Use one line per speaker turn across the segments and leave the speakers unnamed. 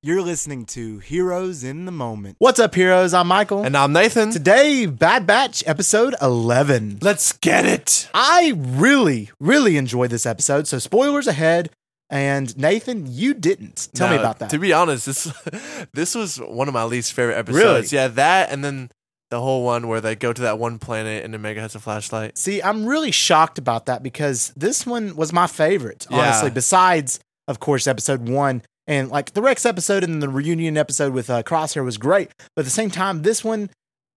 You're listening to Heroes in the Moment.
What's up, heroes? I'm Michael.
And I'm Nathan.
today, Bad Batch episode 11.
Let's get it.
I really, really enjoyed this episode. So, spoilers ahead. And Nathan, you didn't. Tell me
Now,
about that.
To be honest, this this was one of my least favorite episodes.
Really?
Yeah, that and then the whole one where they go to that one planet and Omega has a flashlight.
See, I'm really shocked about that because this one was my favorite, honestly,
Yeah.
besides, of course, episode one. And like the Rex episode and the reunion episode with uh, Crosshair was great. But at the same time, this one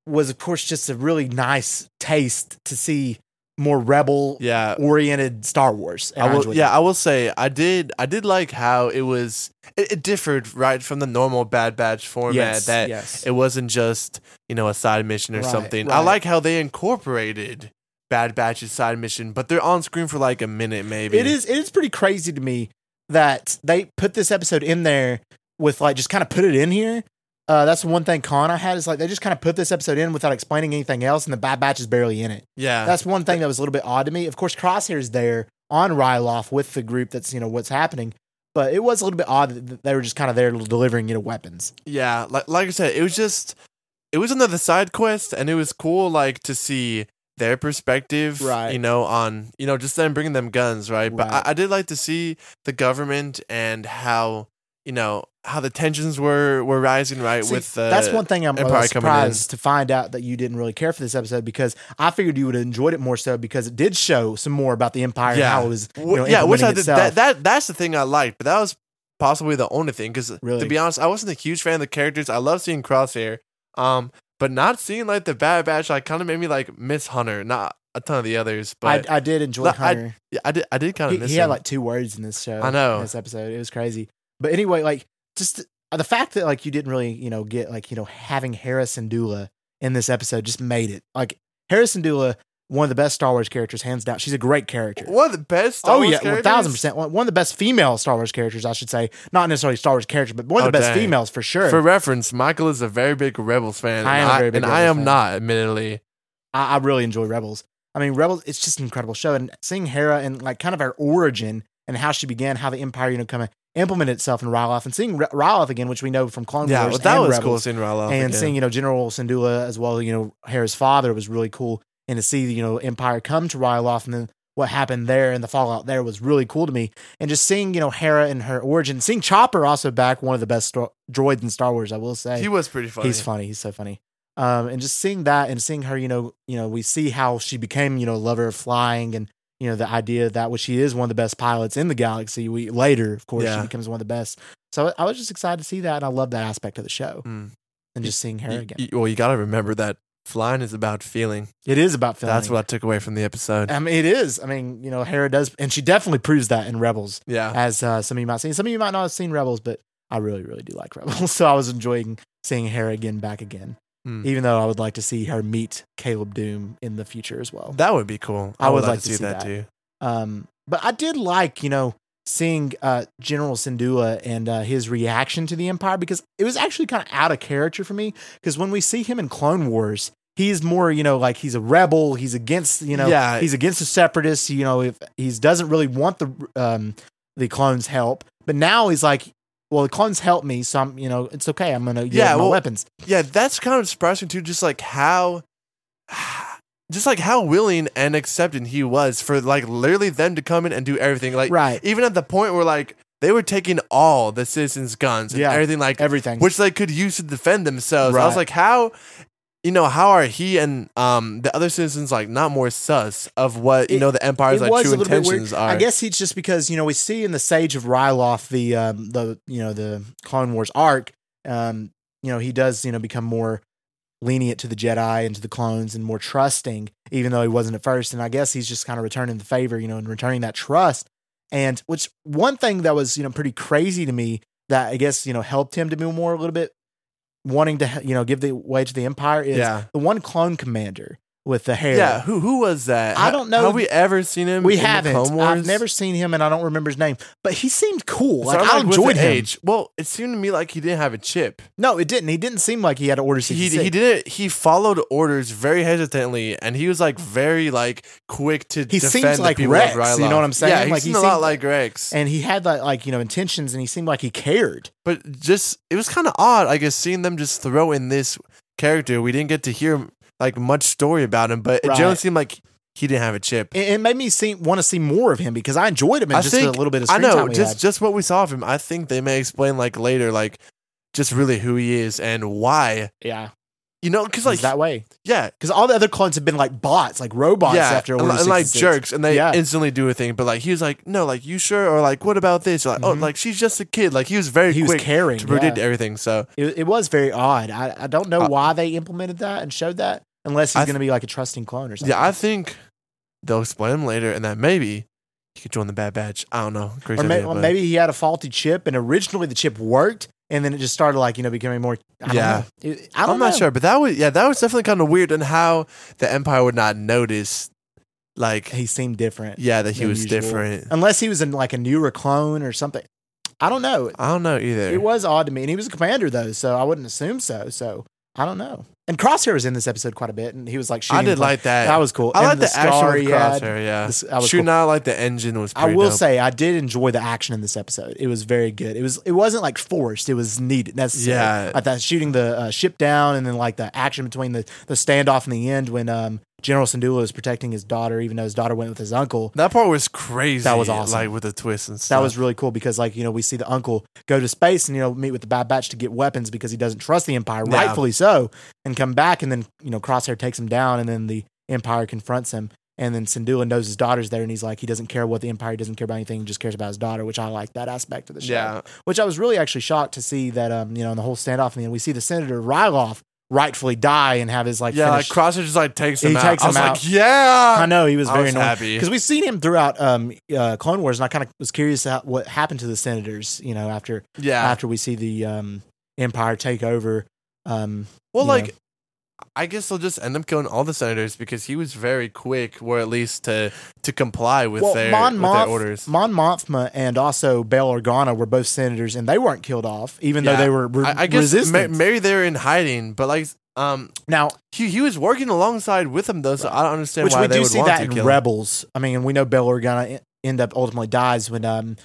was, of course, just a really nice taste to see more rebel
Yeah.
oriented Star Wars. And
I will,
enjoyed
yeah,
that.
I will say I did. I did like how it was. It, it differed right from the normal Bad Batch format.
Yes,
that
yes.
it wasn't just you know a side mission or
Right,
something. I
right.
like how they incorporated Bad Batch's side mission, but they're on screen for like a minute maybe.
It is it is pretty crazy to me that they put this episode in there with like just kind of put it in here. Uh, that's the one thing con I had is like they just kind of put this episode in without explaining anything else, and the Bad Batch is barely in it.
Yeah.
That's one thing that was a little bit odd to me. Of course, Crosshair's there on Ryloff with the group that's you know what's happening, but it was a little bit odd that they were just kind of there delivering you know weapons.
Yeah, like like I said, it was just it was another side quest, and it was cool like to see their perspective,
Right.
You know, on you know just them bringing them guns, right? But
Right.
I, I did like to see the government and how you know how the tensions were were rising, right?
See,
with the
that's one thing I'm
Empire
uh,
coming in.
surprised to find out that you didn't really care for this episode because I figured you would have enjoyed it more so because it did show some more about the Empire
Yeah.
and how it was you
Wh-
know,
yeah, which I
implementing
did.
itself.
That, that that's the thing I liked, but that was possibly the only thing because
Really?
to be honest, I wasn't a huge fan of the characters. I love seeing Crosshair, um, but not seeing like the Bad Batch like kind of made me like miss Hunter, not a ton of the others, but.
I, I did enjoy
No, I
Hunter.
Yeah, I did. I did kind
he,
of miss
he
him.
had like two words in this show.
I know.
in this episode. It was crazy. But anyway, like just uh, the fact that like you didn't really you know get like you know having Harrison Dula in this episode just made it like Harrison Dula one of the best Star Wars characters hands down. She's a great character.
one of the best. Star
oh
Wars
yeah, one
characters?
thousand percent. One one of the best female Star Wars characters, I should say. Not necessarily Star Wars character, but one of
Oh,
the best
dang.
females for sure.
For reference, Michael is a very big Rebels fan.
I am
and
a very big
and I
Rebels
am
fan.
not, admittedly.
I, I really enjoy Rebels. I mean, Rebels, it's just an incredible show. And seeing Hera and like kind of her origin and how she began, how the Empire, you know, kind of implemented itself in Ryloth and seeing R- Ryloth again, which we know from Clone
Yeah,
Wars.
but that
and
was cool
Rebels,
seeing Ryloff
And
again.
seeing, you know, General Syndulla as well, you know, Hera's father was really cool. And to see, you know, Empire come to Ryloth and then what happened there and the fallout there was really cool to me. And just seeing, you know, Hera and her origin, seeing Chopper also back, one of the best stro- droids in Star Wars, I will say.
he was pretty funny.
He's funny. He's so funny. Um, and just seeing that and seeing her, you know, you know, we see how she became, you know, a lover of flying and you know the idea that which she is one of the best pilots in the galaxy. We later, of course,
Yeah.
she becomes one of the best. So I was just excited to see that, and I love that aspect of the show
Mm.
and just seeing her
You-
again.
you- well, you got to remember that flying is about feeling.
It is about filming.
That's what I took away from the episode.
I mean. It is. I mean, you know, Hera does, and she definitely proves that in Rebels,
yeah.
as uh, some of you might see. Some of you might not have seen Rebels, but I really, really do like Rebels. So I was enjoying seeing Hera again back again.
Mm.
Even though I would like to see her meet Caleb Doom in the future as well.
That would be cool.
I would like to see that.
too.
Um, but I did like, you know, seeing uh, General Sindua and uh, his reaction to the Empire because it was actually kind of out of character for me. Because when we see him in Clone Wars, he's more, you know, like he's a rebel. He's against, you know,
Yeah.
he's against the separatists. You know, if he doesn't really want the um, the clones' help, but now he's like, well, the clones help me, so I'm, you know, it's okay. I'm gonna yeah,
Yeah,
my
well-
weapons.
Yeah, that's kind of surprising too. Just like how, just like how willing and accepting he was for like literally them to come in and do everything. Like
Right,
even at the point where like they were taking all the citizens' guns and
Yeah.
everything like
everything.
which they could use to defend themselves. I was
Right.
like, how you know, how are he and um the other citizens like not more sus of what you
It-
know the Empire's
it
like
was
true
a little bit weird.
intentions are?
I guess it's just because you know we see in the Sage of Ryloth the um, the you know the Clone Wars arc. Um, you know he does you know become more lenient to the Jedi and to the clones and more trusting, even though he wasn't at first. And I guess he's just kind of returning the favor, you know, and returning that trust. And which one thing that was you know pretty crazy to me that I guess you know helped him to be more a little bit wanting to you know give the way to the Empire is
yeah.
the one clone commander with the hair.
Yeah, who who was that?
I don't know.
Have we ever seen him?
we
in the
haven't.
Clone
I've
Wars?
never seen him, and I don't remember his name. But he seemed cool.
So
like
I'm
I
with
enjoyed
the
him.
Age. Well, it seemed to me like he didn't have a chip.
No, it didn't. He didn't seem like he had order
He,
66.
he didn't. He followed orders very hesitantly, and he was like very like quick to.
He
defend
seems
the
like
people of
Rex, you know
Ryloth.
what I'm saying?
Yeah, he
Like, he
seemed a lot
seemed-
like Rex.
And he had like, like you know intentions, and he seemed like he cared.
but just it was kind of odd, I guess, seeing them just throw in this character. We didn't get to hear like much story about him, but it generally
Right.
seemed like he didn't have a chip.
It, it made me see, want to see more of him because I enjoyed him in
I
just
think-
a little bit of
I
screen
know,
time we
just
had.
just what we saw of him. I think they may explain like later, like just really who he is and why.
Yeah,
You know, because
he's
like
that way.
yeah,
Because all the other clones have been like bots, like robots
yeah,
after
and,
Order
li- and, like
66.
jerks, and they
Yeah.
instantly do a thing. But like he was like, no, like you sure, or like what about this? Or, like oh,
Mhm.
like she's just a kid. Like he was very
He was
quick
caring.
to
yeah.
predict everything. So
It, it was very odd. I, I don't know
Uh,
why they implemented that and showed that, unless he's
I th-
going to be like a trusting clone or something.
yeah, I think they'll explain him later, and that maybe he could join the Bad Batch. I don't know. Crazy
or may,
idea,
well,
but-
maybe he had a faulty chip, and originally the chip worked, and then it just started like you know becoming more. I
Yeah.
don't know. It- I don't
I'm not
know.
sure, but that was yeah, that was definitely kind of weird, and how the Empire would not notice, like
He seemed different,
yeah, that he
than
was
usual. Um,
different.
unless he was in like a newer clone or something. I don't know.
I don't know either.
It was odd to me, and he was a commander though, so I wouldn't assume so. So I don't know. And Crosshair was in this episode quite a bit, and he was like
I
shooting.
did
like
like that.
that was cool.
I
And
like the, action
star
with
he had.
Crosshair. Yeah,
This- that was
shooting
cool.
out like the engine was.
I
pretty
will
dope.
say I did enjoy the action in this episode. It was very good. It was it wasn't like forced. It was needed necessary.
Yeah.
like that shooting the uh, ship down and then like the action between the the standoff and the end when um General Syndulla is protecting his daughter, even though his daughter went with his uncle.
that part was crazy.
That was awesome.
Like with the twists and
That
stuff.
was really cool because like you know we see the uncle go to space and you know meet with the Bad Batch to get weapons because he doesn't trust the Empire,
Yeah.
rightfully so, and come back and then you know Crosshair takes him down and then the Empire confronts him. And then Syndulla knows his daughter's there, and he's like, he doesn't care what the Empire doesn't care about anything, he just cares about his daughter, which I like that aspect of the show.
yeah.
which I was really actually shocked to see that um you know in the whole standoff and then we see the senator Ryloff rightfully die and have his like
yeah, like
finish.
Crosshair just like takes him
He
out.
takes
I
him
was
out.
like, yeah,
I know he was
I
very
was
annoying
happy.
because we've seen him throughout um uh, Clone Wars and I kind of was curious how, what happened to the senators you know after
yeah.
after we see the um Empire take over um
well,
you
like,
know.
I guess they'll just end up killing all the senators because he was very quick, or at least to to comply with
well
their
Mon
with their
Moth
orders.
Mon Mothma and also Bail Organa were both senators and they weren't killed off even
Yeah.
though they were re-
I, I guess ma-
resistant
maybe they're in hiding, but like, um,
now
he he was working alongside with him though, so I don't understand
Which
why
we
they
do
would
see
want
that
to
in
kill him.
Rebels. I mean, we know Bail Organa e- end up ultimately dies when um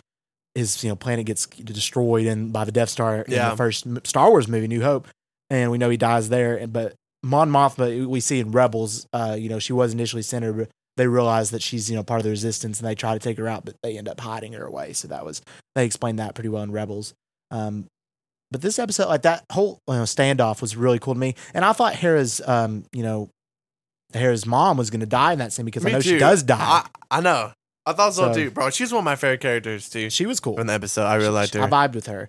his you know planet gets destroyed and by the Death Star in
Yeah.
the first m- Star Wars movie, New Hope, and we know he dies there. And- But Mon Mothma, we see in Rebels, uh, you know, she was initially centered, but they realize that she's you know part of the Resistance, and they try to take her out, but they end up hiding her away. So that was they explained that pretty well in Rebels. Um, but this episode, like that whole you know, standoff, was really cool to me, and I thought Hera's, um, you know, Hera's mom was going to die in that scene because
Me
I know she
too.
does die.
I, I know. I thought so,
So-
too, bro. She's one of my favorite characters too.
she was cool.
In the episode, I really liked
She-
her.
I vibed with her.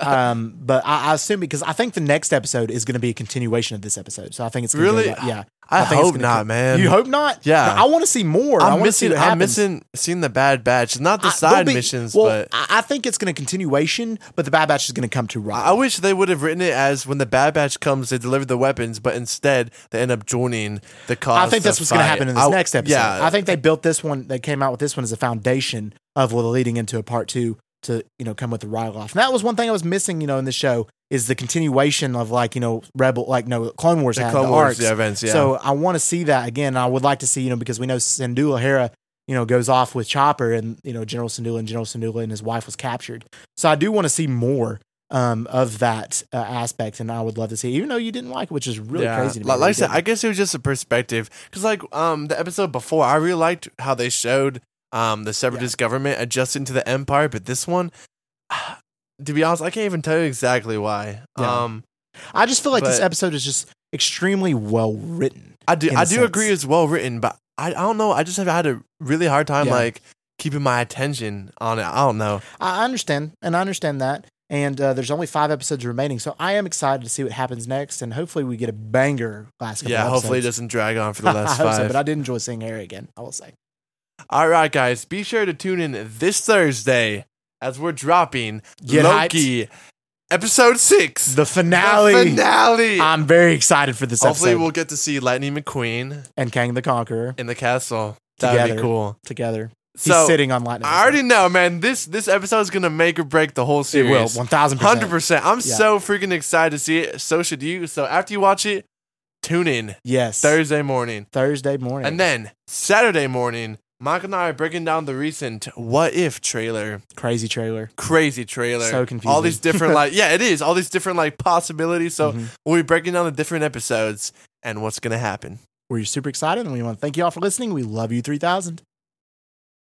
Um, but I, I assume because I think the next episode is going to be a continuation of this episode, so I think it's gonna
Really?
Go, like- yeah,
I,
I think it's
hope
gonna
not,
keep-
man.
you hope not.
Yeah.
No, I want to see more. I
I'm
wanna see
missing.
what
I'm
happens.
missing seeing the Bad Batch, not the
I- there'll
side
be-
missions,
Well,
but.
I, I think it's going to continuation, but the Bad Batch is going to come to right.
I I wish they would have written it as when the Bad Batch comes, they deliver the weapons, but instead they end up joining the cause.
I think that's
to
what's going to
fight.
happen in this
I-
next episode.
Yeah,
I think they built this one. They came out with this one as a foundation of well, leading into a part two to you know come with the Ryloff. And that was one thing I was missing, you know, in the show is the continuation of like you know Rebel, like no Clone Wars
the
had
Clone
the
Wars
arcs.
yeah, events. Yeah,
So I want to see that again. And I would like to see you know because we know Syndulla Hera you know goes off with Chopper and you know General Syndulla and General Syndulla and his wife was captured. So I do want to see more. Um, of that uh, aspect, and I would love to see, it, even though you didn't like it, which is really
yeah.
crazy. To me
Like,
that
like I
you
said,
didn't.
I guess it was just a perspective because, like, um, the episode before, I really liked how they showed um the separatist government adjusting to the empire, but this one, to be honest, I can't even tell you exactly why.
Yeah.
Um,
I just feel like this
But-
episode is just extremely well written.
I do.
in a
I do
sense.
agree it's well written, but I, I don't know. I just have had a really hard time
Yeah.
like keeping my attention on it. I don't know.
I understand, and I understand that. And uh, there's only five episodes remaining, so I am excited to see what happens next, and hopefully we get a banger last couple.
yeah,
episodes.
hopefully it doesn't drag on for the
I
last
hope so,
five.
but I did enjoy seeing Harry again. I will say.
All right, guys, be sure to tune in this Thursday as we're dropping
Get
Loki Episode six.
The finale.
The finale.
I'm very excited for this
Hopefully,
episode
we'll get to see Lightning McQueen
and Kang the Conqueror
in the castle. That would be
Together.
cool.
together. He's
So
sitting on Lightning.
I already know, man. This this episode is gonna make or break the whole
it
series.
will one thousand
Hundred percent. I'm
Yeah.
so freaking excited to see it. So should you. So after you watch it, tune in
Yes,
Thursday morning,
Thursday morning.
and then Saturday morning. Mike and I are breaking down the recent "What If" trailer,
crazy trailer.
crazy trailer.
So
All
confusing.
these different like, yeah, it is. All these different like possibilities. So
Mhm.
we'll be breaking down the different episodes and what's gonna happen.
we're super excited, and we want to thank you all for listening. We love you three thousand.